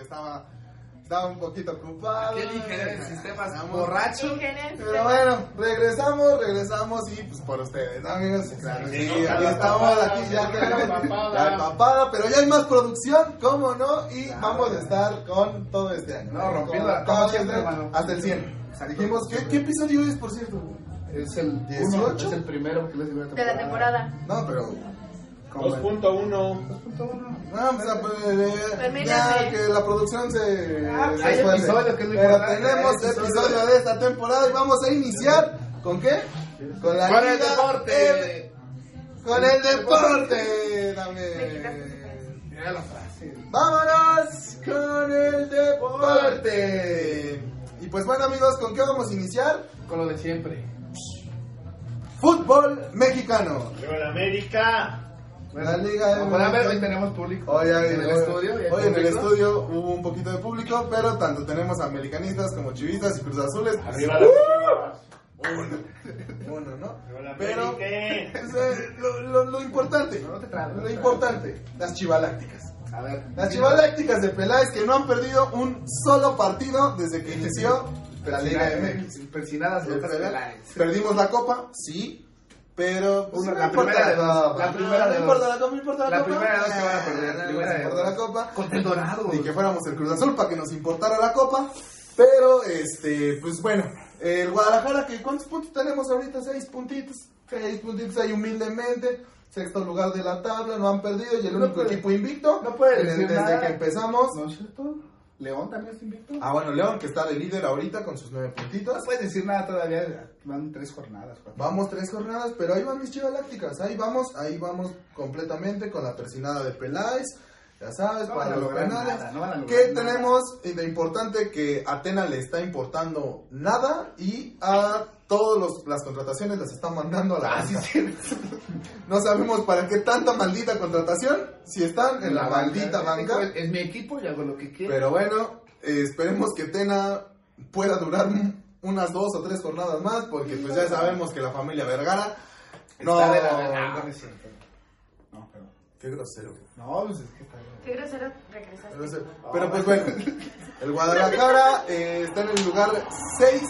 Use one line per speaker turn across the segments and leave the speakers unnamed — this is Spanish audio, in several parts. estaba, estaba un poquito ocupado.
Aquel ingeniero en sistemas
Estamos-
borracho.
Ingeniero.
Pero bueno, regresamos, regresamos y pues por ustedes, ¿no, amigos? Claro, sí,
Llegó
aquí
la
estamos,
papada,
aquí ya
llegó la papada.
la papada, pero ya hay más producción, ¿cómo no? Y vamos a estar con todo este año.
No,
Con-
rompiendo la-
con- este
como siempre, hermano.
Hasta el 100. Dijimos, ¿qué, ¿qué episodio es, por cierto?
Es el
18.
Es el primero que les digo
De la temporada.
No, pero... como-
2.1.
No, mira, pues, eh,
Termínate.
ya que la producción se...
Ah,
se
hay
esfuerce.
episodio, que es lo
Pero
importante,
tenemos
hay episodio.
episodio de esta temporada y vamos a iniciar con qué? Con la
Con el
Liga
deporte.
Con el deporte también.
Me quitaste esa frase.
Era la frase.
Vámonos con el deporte. Y pues bueno amigos, ¿con qué vamos a iniciar?
Con lo de siempre.
Fútbol mexicano.
Llegó la América.
La Liga
Como
de-
pueden ver, hoy tenemos público.
Hoy, hay-
en el estudio. y hay
hoy en el
público.
estudio hubo un poquito de público, pero tanto tenemos americanistas como chivistas y cruz azules.
Arriba las Chivas.
Uno, uno, ¿no?
Llegó la
Pero
América.
o sea, lo, lo- lo importante,
No te trabes.
lo importante, las chivalácticas.
A ver.
Las Chivalácticas de Peláez que no han perdido un solo partido desde que inició la Liga MX.
Persinadas letras pelares.
Perdimos la copa, sí, pero pues,
Una-
no
la
importa
primera de dos,
copa.
la primera
no,
de
importa
dos.
la copa, no importa la,
La
copa.
primera de dos que van a
Ah,
perder. La
no
primera de
importa
dos.
la copa.
Contra el dorado.
Ni que fuéramos el Cruz Azul para que nos importara la copa. Pero, este, pues bueno, el Guadalajara, que ¿cuántos puntos tenemos ahorita? Seis puntitos. Seis puntitos ahí humildemente. Sexto lugar de la tabla, no han perdido. Y el
No
único
puede-
equipo invicto.
no puede
desde,
decir
desde
nada.
que empezamos.
¿No es cierto? León también está invicto.
Ah, bueno, León, que está de líder ahorita con sus nueve
No
puntitos.
puedes decir nada todavía. Van tres jornadas. cuatro.
Vamos tres jornadas, pero ahí van mis chivalácticas. Ahí vamos, ahí vamos completamente con la persinada de Peláez. Ya sabes,
No van
para
a
los
lograr
granales.
nada, no van a lograr
¿Qué
nada.
tenemos de importante que Atena le está importando nada y a todas las contrataciones las está mandando a la
Ah, sí,
banca?
sí.
No sabemos para qué tanta maldita contratación si están en la, maldita banca.
Es mi equipo y hago lo que quiero.
Pero bueno, eh, esperemos que Tena pueda durar un- unas dos o tres jornadas más, porque pues ya sabemos que la familia Vergara no.
Está de la verga. No, no es cierto. No, pero.
Qué grosero.
No, pues es que está bien.
Qué grosero regresaste.
grosero. Pero pues bueno, el Guadalajara eh, está en el lugar 6.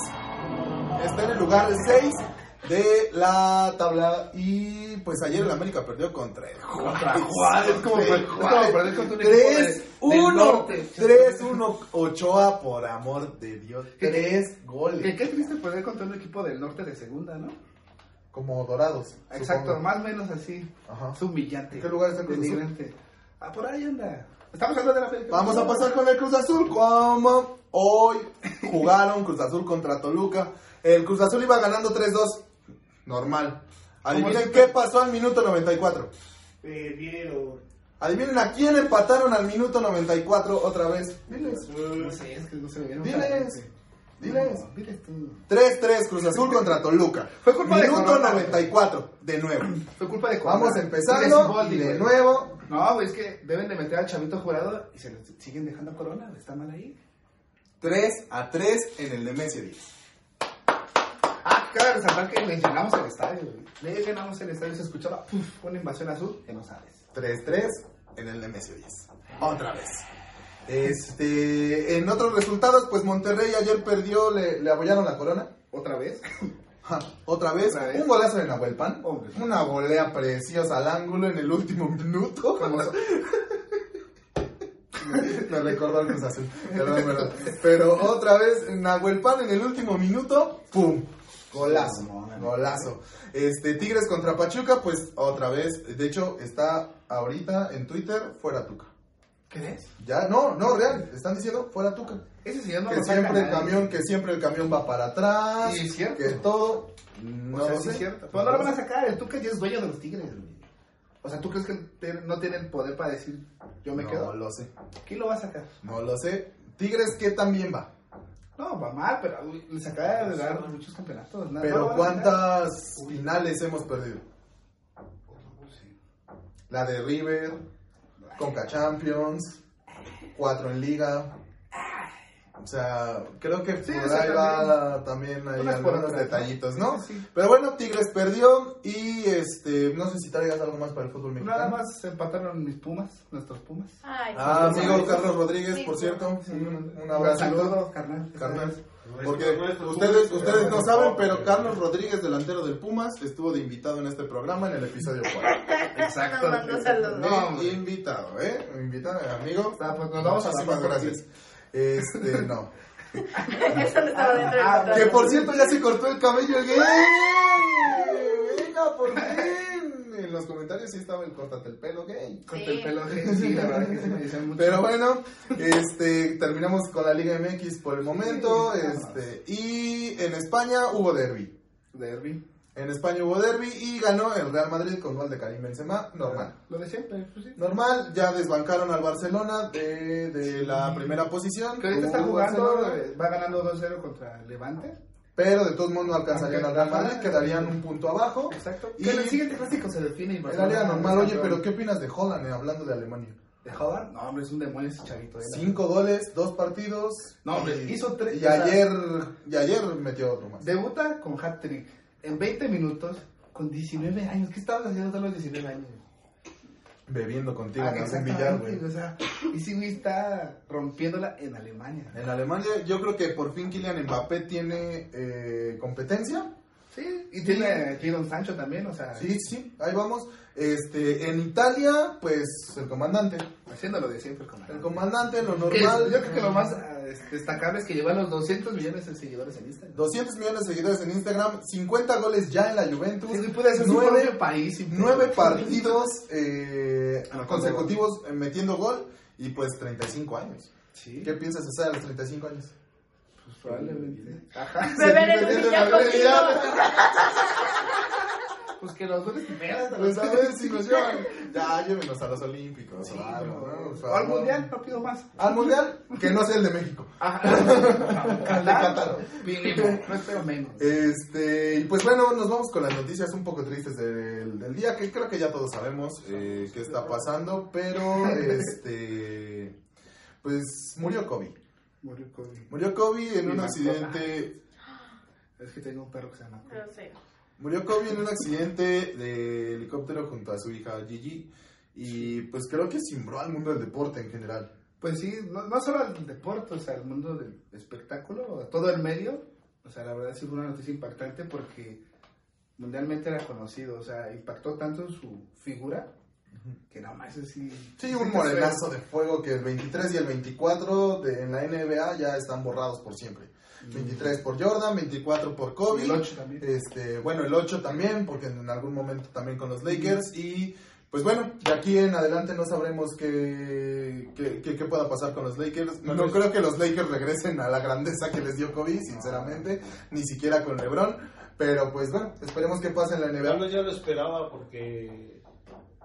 Está en el lugar 6 de la tabla y pues ayer el América perdió contra el
Contra Juárez, como
Sí, Juárez.
per- como perder contra un equipo de- del
3-1.
norte.
3-1 Ochoa, por amor de Dios.
¿Qué?
3 goles.
Que qué triste perder contra un equipo del norte de segunda, ¿no?
Como dorados.
Exacto,
supongo.
más o menos así.
Ajá.
Es humillante.
¿En qué lugar está el Cruz Azul?
Denigrante. Ah, por ahí anda. Estamos hablando de la América.
Vamos a pasar con el Cruz Azul. Como hoy jugaron Cruz Azul contra Toluca. El Cruz Azul iba ganando 3-2. Normal. Adivinen qué pasó al minuto 94.
Eh, Perdieron.
Adivinen a quién empataron al minuto 94 otra vez. Diles.
No sé, es que no se me viene.
Diles. Diles.
No, diles tú.
3-3 Cruz Azul contra Toluca.
Fue culpa de
Minuto
Corona.
94, de nuevo.
Fue culpa de Corona.
Vamos
Y de
empezando
Siboldi,
y de
güey.
nuevo.
No, güey, es que deben de meter al chavito jurado y se lo siguen dejando a Corona. Está mal ahí.
3 a 3 en el de Messi.
Ah, cabe resaltar que le llenamos el estadio, güey. Le llenamos el estadio y se escuchaba puf, una invasión azul que no sabes.
3-3 en el MSU 10. Otra vez. Este, en otros resultados, pues Monterrey ayer perdió, le, le abollaron la corona.
¿Otra vez?
Ja, otra vez,
Otra vez. Oh,
un golazo de Nahuel Pan.
Hombre.
Una volea preciosa al ángulo en el último minuto.
Como
Me recordó al Cruz Azul. Perdón, perdón. Pero otra vez, Nahuel Pan en el último minuto, ¡pum! Golazo,
No, no, no.
golazo. Este, Tigres contra Pachuca, pues otra vez. De hecho, está ahorita en Twitter, fuera Tuca.
¿Qué es?
Ya, no, no, real. Están diciendo fuera Tuca.
Ese señor no
que
lo saca
siempre el
nadie.
camión, que siempre el camión va para atrás.
Sí, es cierto.
Que todo.
O
No
sea,
lo
sí
sé.
es cierto. Pero no lo van a sacar. El Tuca ya es dueño de los Tigres, güey. O sea, ¿tú crees que te- no tiene el poder para decir yo me
no
quedo?
lo sé.
¿Quién lo va a sacar?
No lo sé. Tigres que también va.
No, va mal, pero uy, les acaba de dar muchos campeonatos. nada, no lo
Pero
van a
¿cuántas finales hemos perdido?
sacar. Sí.
La de River, Conca Champions, cuatro en Liga, O sea, creo que
Sí,
por
o sea,
ahí va también hay
Unas por
algunos
otras, ¿no?
detallitos, ¿no?
Sí.
Pero bueno, Tigres perdió y este, no sé si traigas algo más para el fútbol mexicano.
Nada más empataron mis pumas, nuestros pumas.
Ay,
Ah,
Sí,
amigo
sí.
Carlos Rodríguez,
Sí,
por
sí.
cierto,
Sí,
un, un abrazo.
saludo, carnal.
Carnal.
Nuestro-
Porque
nuestro Eh,
ustedes,
Pumas.
ustedes no saben, pero Carlos Rodríguez, delantero del Pumas, estuvo de invitado en este programa en el episodio 4.
Exacto.
Nos mandó saludos.
No,
De
hombre.
invitado, ¿eh? Invitado, amigo.
Ah, pues nos vamos a la
Muchísimas
pausa,
gracias.
sí.
Este, no.
eso no estaba dentro del
Ah,
contrato.
Que por cierto ya se cortó el cabello gay. Venga, por fin. En los comentarios sí estaba el córtate el pelo gay.
Corta el pelo, que sí, la verdad que sí me dicen mucho.
Pero bueno, este terminamos con la Liga MX por el momento. Este, y en España hubo derby.
Derby.
En España hubo derby y ganó el Real Madrid con gol de Karim Benzema. Normal.
Lo de siempre, pues sí.
Normal, ya desbancaron al Barcelona de, de la primera posición.
Que ahorita está
Jugó
jugando,
Barcelona,
eh, va ganando 2-0 contra Levante.
Pero de todos modos no alcanzarían al Real Madrid, quedarían un punto abajo.
Exacto.
Y-
Y en el siguiente clásico se define. y
El área
Barcelona
normal,
es
oye,
campeón.
pero ¿qué opinas de Holland eh, hablando de Alemania?
¿De Haaland? No, hombre, es un demonio ese chavito. ¿eh?
Cinco goles, dos partidos.
No, hombre, hizo tres-
Y
o sea-
ayer, y ayer metió otro más.
Debuta con hat-trick en 20 minutos con 19 años. ¿Qué estabas haciendo hasta los 19 años?
Bebiendo contigo en algún
Ah, exactamente,
billar, güey.
O sea, y sí, güey, está rompiéndola en Alemania.
En Alemania, yo creo que por fin Kylian Mbappé tiene eh, competencia.
Sí, y tiene Don Sancho también, o sea,
Sí, sí, ahí vamos. Este, en Italia, pues el comandante.
haciéndolo de siempre con
El
Alemania.
comandante, lo
Que
normal.
es- Yo creo que lo más eh, es- destacable es que lleva los 200 millones de seguidores en Instagram.
200 millones de seguidores en Instagram, 50 goles ya en la Juventus.
Sí, güey, Pues, puede hacer su
nueve
propio país. y-
nueve partidos eh,
Ah, no,
consecutivos eh, metiendo gol y pues 35 años.
Sí,
¿Qué piensas hacer a los 35 años?
pues probablemente. Ajá.
Beber en un
Beber en
billar
un billar.
contigo.
Pues que los goles que pegas a
Pues
los
a ver si nos llevan. Ya, llévenos a los Olímpicos.
Sí,
o algo, ¿no? O sea,
o al
no-
mundial, no pido más.
Al Mundial, que no sea el de México.
Al
Qatar.
mínimo, no espero menos.
Este, y pues bueno, nos vamos con las noticias un poco tristes del, del día, que creo que ya todos sabemos eh, qué está pasando, pero este, pues murió Kobe.
Murió Kobe.
Murió Kobe en
Mi
un
mascota.
accidente
Es que tengo un perro que se llama Kobe.
Grosero.
Murió Kobe en un accidente de helicóptero junto a su hija Gigi y pues creo que simbró al mundo del deporte en general.
Pues sí, no, no solo al deporte, o sea, al mundo del espectáculo, a todo el medio. O sea, la verdad sí fue una noticia impactante porque mundialmente era conocido, o sea, impactó tanto su figura que no más así.
Sí, un morenazo de fuego que el 23 y el 24 de, en la NBA ya están borrados por siempre. 23 por Jordan, 24 por
Y
Kobe.
El 8 también.
Este, bueno, el 8 también, porque en algún momento también con los Lakers. Y pues bueno, de aquí en adelante no sabremos qué, qué, qué- qué pueda pasar con los Lakers. No,
No
creo que los Lakers regresen a la grandeza que les dio Kobe, sinceramente, ni siquiera con LeBron. Pero pues bueno, esperemos que pase en la
Carlos
NBA.
ya lo esperaba porque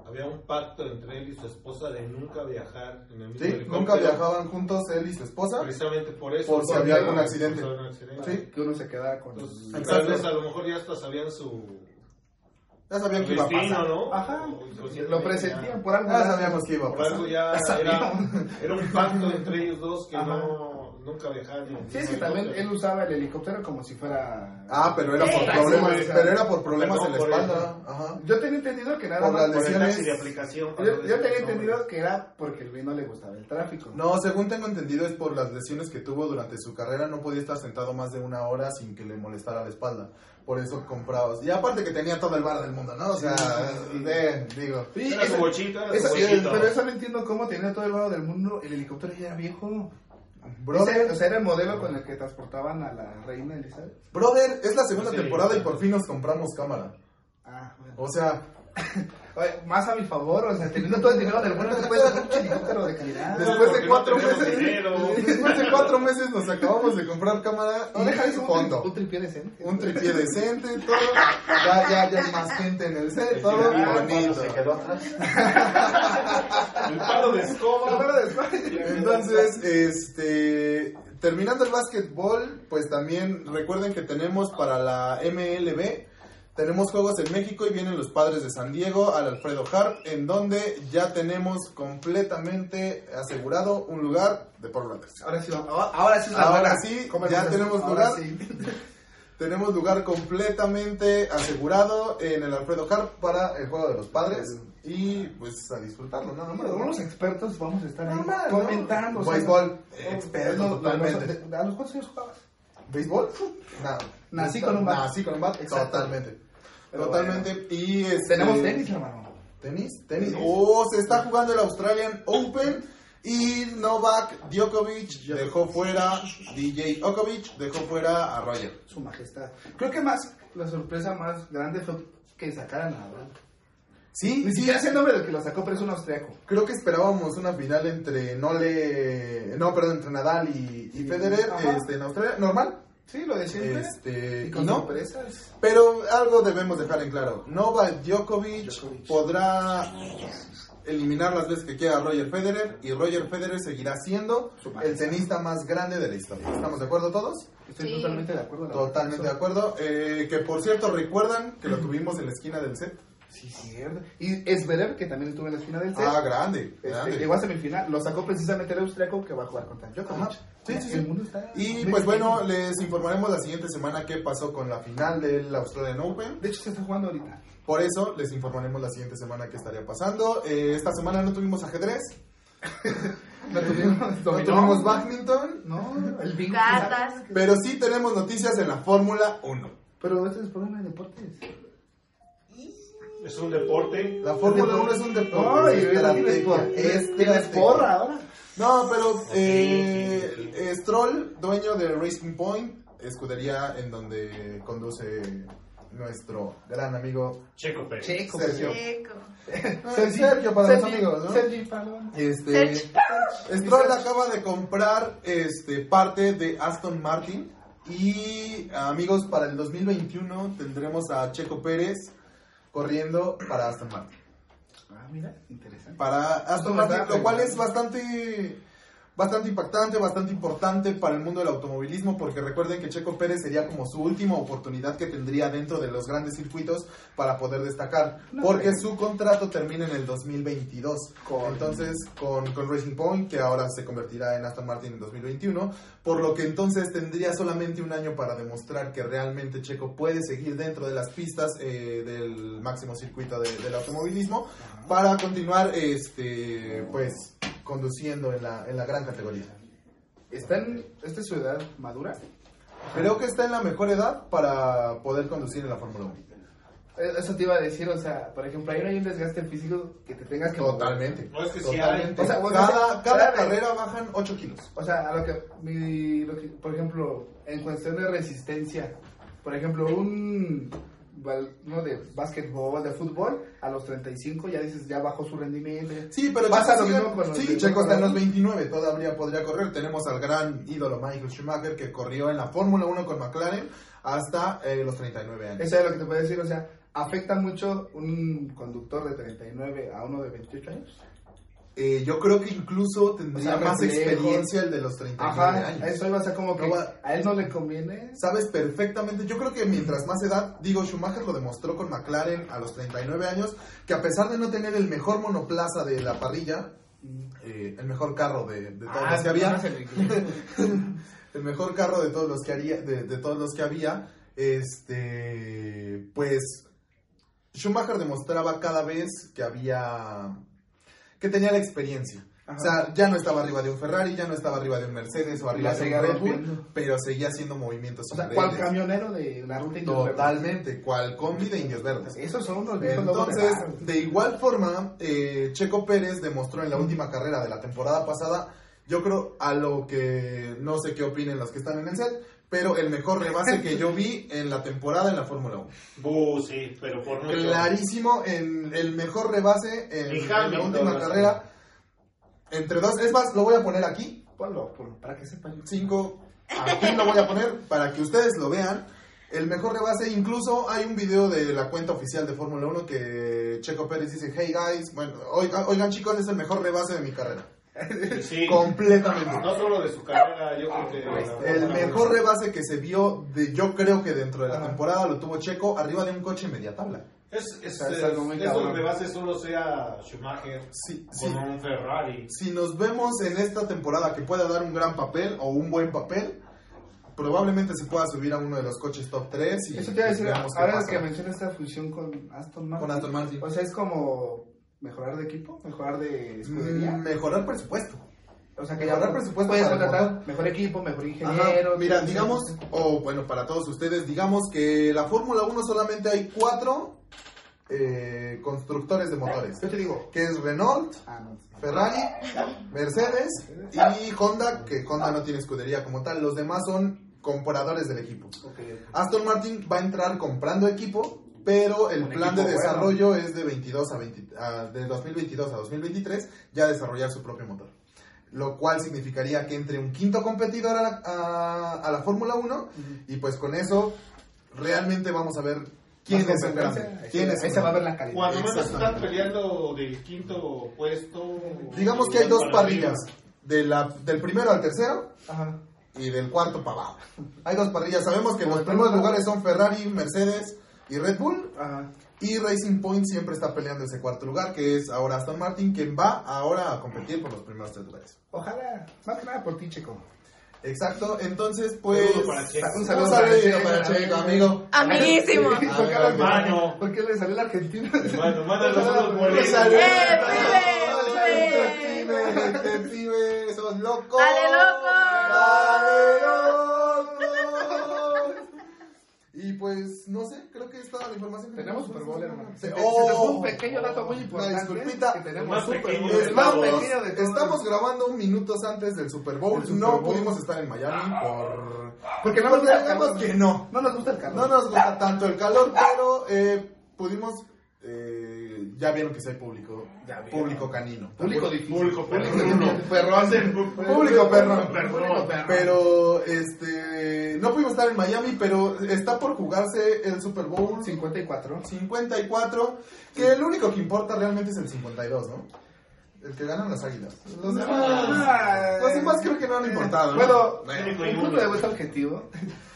había un pacto entre él y su esposa de nunca viajar en el mismo
Sí,
helicóptero.
nunca viajaban juntos él y su esposa.
Precisamente por eso.
Por si
porque
había algún
por
accidente.
algún accidente.
Sí.
Que uno se quedara con.
Entonces,
Exacto.
tal vez a lo mejor ya hasta sabían su
Ya sabían que iba a
destino,
pasar.
¿no?
Ajá,
O inconscientemente
lo presentían por algo.
Ya Ah, sabíamos que iba
ya-
a
Por algo
pasar.
ya era,
sabíamos.
era un pacto entre ellos dos que
Ajá.
no nunca viajaron. en el
Sí, es que
mismo
también
helicóptero.
él usaba el helicóptero como si fuera.
Ah, pero era por
Sí,
problemas,
sí, sí.
pero era por problemas en la
Perdón por
espalda. Ajá.
Yo tenía entendido que nada
Por
más.
las
por el taxi
lesiones.
de aplicación.
Yo, yo tenía
No,
entendido que era porque el güey no le gustaba el tráfico.
No, según tengo entendido es por las lesiones que tuvo durante su carrera, no podía estar sentado más de una hora sin que le molestara la espalda. Por eso compraba. Y aparte que tenía todo el bar del mundo, ¿no? O sea, de- digo.
Sí,
Era su
esa-
bochito, era
esa-
su bochito.
pero eso no entiendo cómo tenía todo el lado del mundo. El helicóptero ya era viejo. Ese-
Brother,
o sea, era el modelo con el que transportaban a la reina Elizabeth.
brother, es la segunda
Sí.
temporada y por fin nos compramos cámara.
Ah, bueno.
O sea,
Oye, más a mi favor, o sea, teniendo todo el dinero del mundo, te puedes hacer un helicóptero de calidad.
Después de
Ah, Porque no
cuatro
tenemos
meses.
dinero.
después de cuatro meses nos acabamos de comprar cámara
No, deja
y
eso, un, tri- un
fondo.
tripié decente.
Un tripié decente, todo. Ya, ya, ya hay más gente en el set, todo
Ah,
bonito.
El palo de escoba.
Entonces, este, terminando el básquetbol, pues también recuerden que tenemos para la MLB, Tenemos juegos en México y vienen los padres de San Diego al Alfredo Harp, en donde ya tenemos completamente asegurado un lugar de por Londres.
Ahora sí, vamos- ahora- ahora sí es la
Ahora
buena.
sí,
¿Cómo
ya
empiezas?
tenemos
Ahora
lugar.
sí.
Tenemos lugar completamente asegurado en el Alfredo Harp para el juego de los padres y pues a disfrutarlo, nada más.
Hombre, unos expertos vamos a estar ahí
Normal, ¿no?
comentando. o sea,
Béisbol,
no,
experto
no, no,
totalmente.
no, ¿A los cuántos años jugabas?
¿Béisbol? Nada.
Nací con un bat.
Nací con un bat,
Exacto.
totalmente.
Pero
totalmente. Y este,
Tenemos tenis, hermano.
¿Tenis? ¿Tenis?
Tenis.
Oh, se está jugando el Australian Open y Novak Djokovic dejó fuera, DJ Djokovic dejó fuera a Roger.
Su majestad. Creo que más, la sorpresa más grande fue que sacaran a Nadal.
Sí,
Ni
sí,
siquiera sé el nombre del que lo sacó, pero es un austriaco.
creo que esperábamos una final entre Nole, no, perdón, entre Nadal y, y Federer
Ajá.
este, en Australia, normal.
Sí, lo decía.
Este,
y
y
con
no,
sorpresas.
Pero algo debemos dejar en claro. Novak Djokovic,
Djokovic.
podrá eliminar las veces que quiera a Roger Federer y Roger Federer seguirá siendo
Su
el
majestad.
tenista más grande de la historia. ¿Estamos de acuerdo todos?
Estoy
Sí.
totalmente de acuerdo. la verdad.
Totalmente de acuerdo. Eh, que por cierto, recuerdan que lo tuvimos en la esquina del set.
Sí, cierto. Y Esberer, que también estuvo en la esquina del set.
Ah, grande.
este,
grande.
llegó a semifinal, lo sacó precisamente el austriaco que va a jugar contra Djokovic.
Ajá. Sí, sí, sí.
El mundo está
Y
muy
pues bueno,
pequeño.
les informaremos la siguiente semana qué pasó con la final del Australian Open.
de hecho se está jugando ahorita.
Por eso les informaremos la siguiente semana qué estaría pasando. Eh, esta semana no tuvimos ajedrez,
No tuvimos,
no tuvimos badminton,
No, el bingo.
Cartas.
Pero sí tenemos noticias en la Fórmula 1.
Pero este es el programa de deportes.
Es un deporte.
La Fórmula 1 es un deporte.
Ay,
estrategia,
tienes por-
estrategia.
tienes porra ahora.
No, pero eh,
sí, sí,
eh, Stroll, dueño de Racing Point, escudería en donde conduce nuestro gran amigo
Checo Pérez.
Checo.
Sergio.
Checo.
Sergio para los
Sergi-
amigos, ¿no?
Sergi Paloma.
Este,
Sergio.
Stroll acaba de comprar este, parte de Aston Martin y amigos, para el 2021 tendremos a Checo Pérez corriendo para Aston Martin.
Ah, mira, interesante.
para Aston
Aston
Martin,
Martin.
lo cual es bastante bastante impactante, bastante importante para el mundo del automovilismo, porque recuerden que Checo Pérez sería como su última oportunidad que tendría dentro de los grandes circuitos para poder destacar,
No,
porque
pero-
su contrato termina en el 2022.
Con-
Entonces, con, con Racing Point, que ahora se convertirá en Aston Martin en 2021, por lo que entonces tendría solamente un año para demostrar que realmente Checo puede seguir dentro de las pistas eh, del máximo circuito de- del automovilismo para continuar este pues conduciendo en la, en la gran categoría.
Está en esta ciudad madura.
Creo que está en la mejor edad para poder conducir en la Fórmula 1.
Eh, Eso te iba a decir, o sea, por ejemplo, ahí no hay un desgaste físico que te tengas que
Totalmente.
No, es que sí
Totalmente.
hay. O sea, bueno,
cada cada
espérame.
carrera bajan 8 kilos.
O sea, a lo que, mi- lo que- por ejemplo, en cuestión de resistencia, por ejemplo, un bal- no de básquetbol, de fútbol, a los 35 ya dices, ya bajó su rendimiento. ya-
Sí, pero
Pasa
Checo
lo
sigue-
mismo con los
sí,
de-
Checo está en los 29, todavía podría correr. Tenemos al gran ídolo Michael Schumacher que corrió en la Fórmula 1 con McLaren hasta eh, los 39 años.
Eso es lo que te puedo decir, o sea, afecta mucho un conductor de 39 a uno de 28 años.
Eh, yo creo que incluso tendría
O sea,
más
reflejos.
experiencia el de los 39
Ajá,
años.
eso iba a ser como que
No va-
a él no le conviene.
Sabes perfectamente, yo creo que mientras más edad, digo, Schumacher lo demostró con McLaren a los 39 años, que a pesar de no tener el mejor monoplaza de la parrilla, eh, el mejor carro de, de todos
Ah,
los que había, el mejor carro de todos los que haría, de, de todos los que había, este, pues Schumacher demostraba cada vez que había, que tenía la experiencia. O sea, ya no estaba arriba de un Ferrari, ya no estaba arriba de un Mercedes o arriba
La
de
seguía
un Red Bull,
rompiendo.
pero seguía haciendo movimientos
O sea, cual
increíbles.
camionero de la ruta industrial.
Totalmente, cual combi de indios verdes.
Esos son los viejos Ah, lobos de
Entonces,
mar.
de igual forma, eh, Checo Pérez demostró en la última carrera de la temporada pasada, yo creo a lo que no sé qué opinen los que están en el set, pero el mejor rebase que yo vi en la temporada en la Fórmula 1.
Bu, sí, pero por mucho.
Clarísimo, en el mejor rebase en,
Y
en la
Hamilton,
última
¿no?
carrera. Entre dos, es más, lo voy a poner aquí,
Ponlo, ponlo, pues, para que sepan.
5, aquí lo voy a poner para que ustedes lo vean. El mejor rebase, incluso hay un video de la cuenta oficial de Fórmula 1 que Checo Pérez dice, hey guys, bueno, oigan, oigan, chicos, es el mejor rebase de mi carrera.
Sí,
Completamente.
no solo de su carrera,
Ah,
yo creo
pues,
que...
El mejor rebase que se vio, de, yo creo que dentro de la temporada, lo tuvo Checo arriba de un coche media tabla.
Es, es,
O sea, es
es-
algo muy
es
cabrón.
donde base solo sea Schumacher
Sí, sí.
con un Ferrari.
Si nos vemos en esta temporada que pueda dar un gran papel o un buen papel, probablemente se pueda subir a uno de los coches top 3 y
Eso te iba a decir,
veamos qué
ahora
pasa.
que mencionas esta fusión con Aston Martin.
con Aston Martin.
O sea, es como mejorar de equipo, mejorar de escudería.
Mm, Mejorar presupuesto.
O sea,
mejorar
ya
presupuesto
puedes
para
contratar
mejorar.
mejor equipo, mejor
Ajá,
ingeniero.
Mira,
todo
digamos,
eso.
o bueno, para todos ustedes, digamos que la Fórmula 1 solamente hay cuatro eh, constructores de motores,
Yo te digo.
que es Renault,
Ah, no.
Ferrari, Mercedes y Honda, que Honda no tiene escudería como tal, los demás son compradores del equipo.
Ok, ok.
Aston Martin va a entrar comprando equipo, pero el
Un
plan
equipo
de
bueno.
desarrollo es de 22 a 20 a- de 2022 a 2023 ya desarrollar su propio motor. Lo cual significaría que entre un quinto competidor a la, a- a la Fórmula 1
Ujú.
y pues con eso realmente vamos a ver quién
Más
es el
competencia,
grande,
ahí se-
quién es
Ahí
el
se va a ver
grande.
la calidad.
Cuando menos están
Exactamente.
peleando del quinto puesto.
Digamos que hay dos
para
parrillas, de la- del primero al tercero
Ajá.
y del cuarto para abajo. Hay dos parrillas, sabemos que los primeros lugares son Ferrari, Mercedes y Red Bull,
Ajá.
Y Racing Point siempre está peleando ese cuarto lugar, que es ahora Aston Martin, quien va ahora a competir por los primeros tres lugares.
Ojalá, más que nada por ti, Checo.
Exacto, entonces pues...
Saludo para Checo.
Un saludo para Checo, para Checo, amigo.
Amiguísimo.
Sí, ¿Por qué
Ah,
la-
hermano.
¿Por qué le salió la Argentina?
Bueno, mándanos unos
Un
boletos.
saludo.
¡Eh,
Este
pibe!
pibe, este pibe, ¡Sos loco!
¡Dale, loco!
¡Dale, loco! Y pues, no sé, creo que es toda la información que
Tenemos Super Bowl, hermano. Se te,
Oh,
se te fue un pequeño dato muy importante.
disculpita.
Que tenemos
Más
Super
pequeño
Bowl.
de
El más
Estamos,
todos.
pequeño de todos.
estamos grabando minutos antes del Super Bowl.
El Super
no
Bowl. Ah.
pudimos estar en Miami por.
Porque no nos
Porque
gusta el
digamos
calor.
que no.
No nos gusta el
No
calor.
nos gusta tanto el calor, pero eh, pudimos. eh, ya vieron que soy público.
Ya vieron.
Público canino.
Público difícil.
Público
difícil.
perrón.
Público perrón.
Público perrón.
Pero este no pudimos estar en Miami, pero está por jugarse el Super Bowl
54.
54, que el único que importa realmente es el 52, ¿no? El que ganan las águilas. Los demás, los demás Pues creo que no han importado. ¿no?
Bueno,
Bueno.
un punto de vuelta objetivo.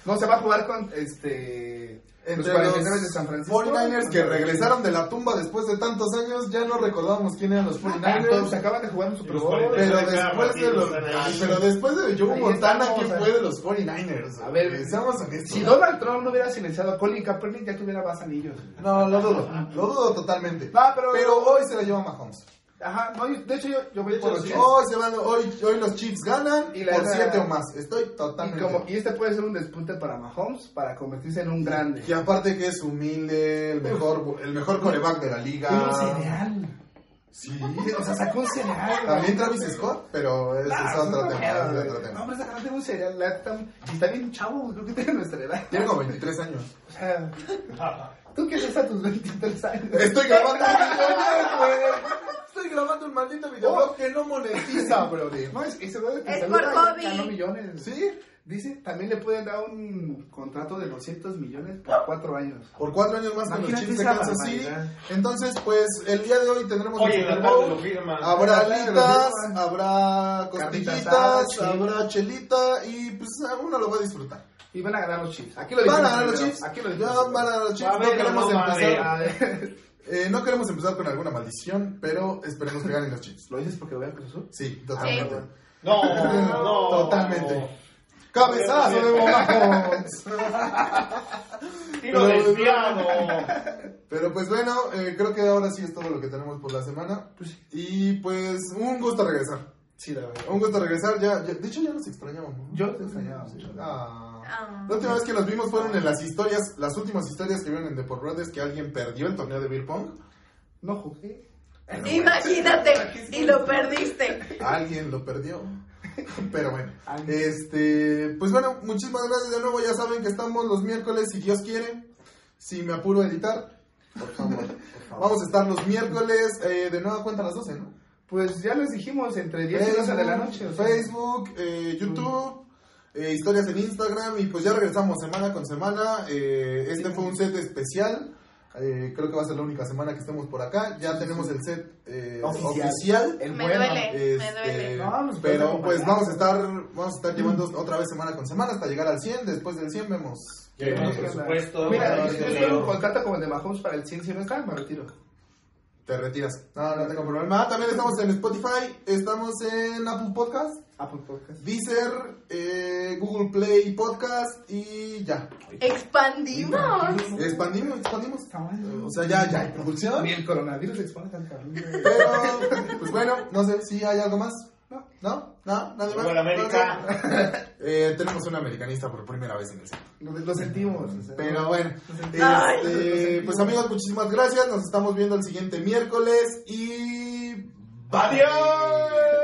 No se va a jugar con este los
Entre
49 de San Francisco.
49ers que regresaron de la tumba después de tantos años, ya no recordábamos quién eran los
Entonces
49ers.
acaban de jugar un Super
Los
Bowl.
49ers.
Pero
Pero
después de los
ahí.
pero después de Joe
Ahí
Montana,
estamos,
¿quién
ahí.
fue de los 49ers?
A ver,
seamos honestos.
Si Donald Trump no hubiera silenciado a Colin Kaepernick, ya tuviera más anillos.
No, lo dudo, lo dudo totalmente.
No, pero-
Pero hoy se la lleva Mahomes.
Ajá, no, yo- de hecho yo, yo voy
De
por
hecho,
los
sí.
Chiefs.
Hoy, se van, hoy, hoy los Chiefs ganan
Y la
por
neta-
7 o más. Estoy
Y,
totalmente.
como, y este puede ser un despunte para Mahomes para convertirse en un grande.
Y aparte que es humilde, el mejor, el mejor coreback de la liga.
Un cereal.
Sí.
O sea, sacó un cereal.
También Travis Scott, pero es,
Ah,
es otro
una
tema.
pedo,
es
güey.
otro
No,
tema.
hombre, sacaste un cereal. la neta, Y está bien chavo, creo que tiene nuestra edad.
Tiene como 23 años.
O sea, ¿tú qué haces a tus 23 años?
Estoy grabando un videoblog, güey. Estoy grabando un maldito
Oh.
videoblog que no monetiza, bro.
No, es, ese güey que
Es
saluda
por
ganó
hobby.
millones.
¿Sí?
Dice, también le pueden dar un contrato de 200 millones por 4 años.
Por cuatro años más con los
Imagínate
chips de
esa
Kansas City.
barbaridad.
Entonces, pues, el día de hoy tendremos
Oye,
el
en la
Super
tarde
Bowl.
lo firman.
Habrá
En la tarde lo
alitas,
firman.
habrá
Carnitas
costillitas,
asadas, sí.
habrá chelita y pues uno lo va a disfrutar.
Y van a ganar los chips. Aquí lo
Van a
dijimos
ganar los
primero.
chips.
Aquí lo
Ya
dijimos.
van a ganar los chips.
Va a
No
haber
queremos
o no va a
empezar.
haber.
A ver,
Eh, no queremos empezar con alguna maldición, pero esperemos que ganen los chips.
¿Lo dices porque lo voy a Cruz Azul?
Sí, totalmente.
Sí.
No, no.
Totalmente. ¡Cabezazo de Mahomes!
Tiro desviado.
Pero pues bueno, eh, creo que ahora sí es todo lo que tenemos por la semana.
Pues sí.
Y pues un gusto regresar.
Sí, la verdad.
Un gusto regresar. Ya, ya- de hecho, ya nos extrañamos. ¿no?
Yo te extrañaba mucho.
Ah.
Ah.
La última vez que los vimos fueron en las historias, las últimas historias que vieron en Deport Brothers que alguien perdió el torneo de Beer Pong.
No jugué.
Imagínate, y lo perdiste.
Alguien lo perdió. Pero bueno,
Alguien.
este, pues bueno, muchísimas gracias de nuevo. Ya saben que estamos los miércoles, si Dios quiere. Si me apuro a editar,
Por favor, por favor.
vamos a estar los miércoles eh, de nueva cuenta a las 12, ¿no?
Pues ya les dijimos, entre 10
Pues
y 12 de la noche. o sea. Mm.
Facebook, eh, YouTube, eh, historias en Instagram. Y pues ya regresamos semana con semana. Eh, este fue un set especial. Eh, creo que va a ser la única semana que estemos por acá. Ya tenemos el set eh,
Oficial.
oficial.
El
Me
bueno.
duele. me duele.
No, pues,
Este, pero
bueno,
pues
ya.
vamos a estar vamos a estar llevando otra vez semana con semana hasta llegar al 100. Después del 100 vemos.
Ya hay más
Sí,
pues,
presupuesto.
Mira,
más
yo
dinero.
tengo un contrato como el de Mahomes para el 100, si no está, me retiro.
Te retiras. No, no tengo problema. Ah, También estamos en Spotify, estamos en Apple Podcast,
Apple Podcast.
Deezer, eh, Google Play Podcast y ya.
Expandimos.
Expandimos, expandimos. O sea, ya, ya hay producción.
Ni el coronavirus expone tanto. a
Pero, pues bueno, no sé si hay algo más. No, no, no, nada más.
Bueno, América.
Eh, tenemos un americanista por primera vez en el centro.
Lo, lo sentimos. o sea,
Pero bueno,
Ay.
este, pues amigos, muchísimas gracias. Nos estamos viendo el siguiente miércoles y. ¡Adiós!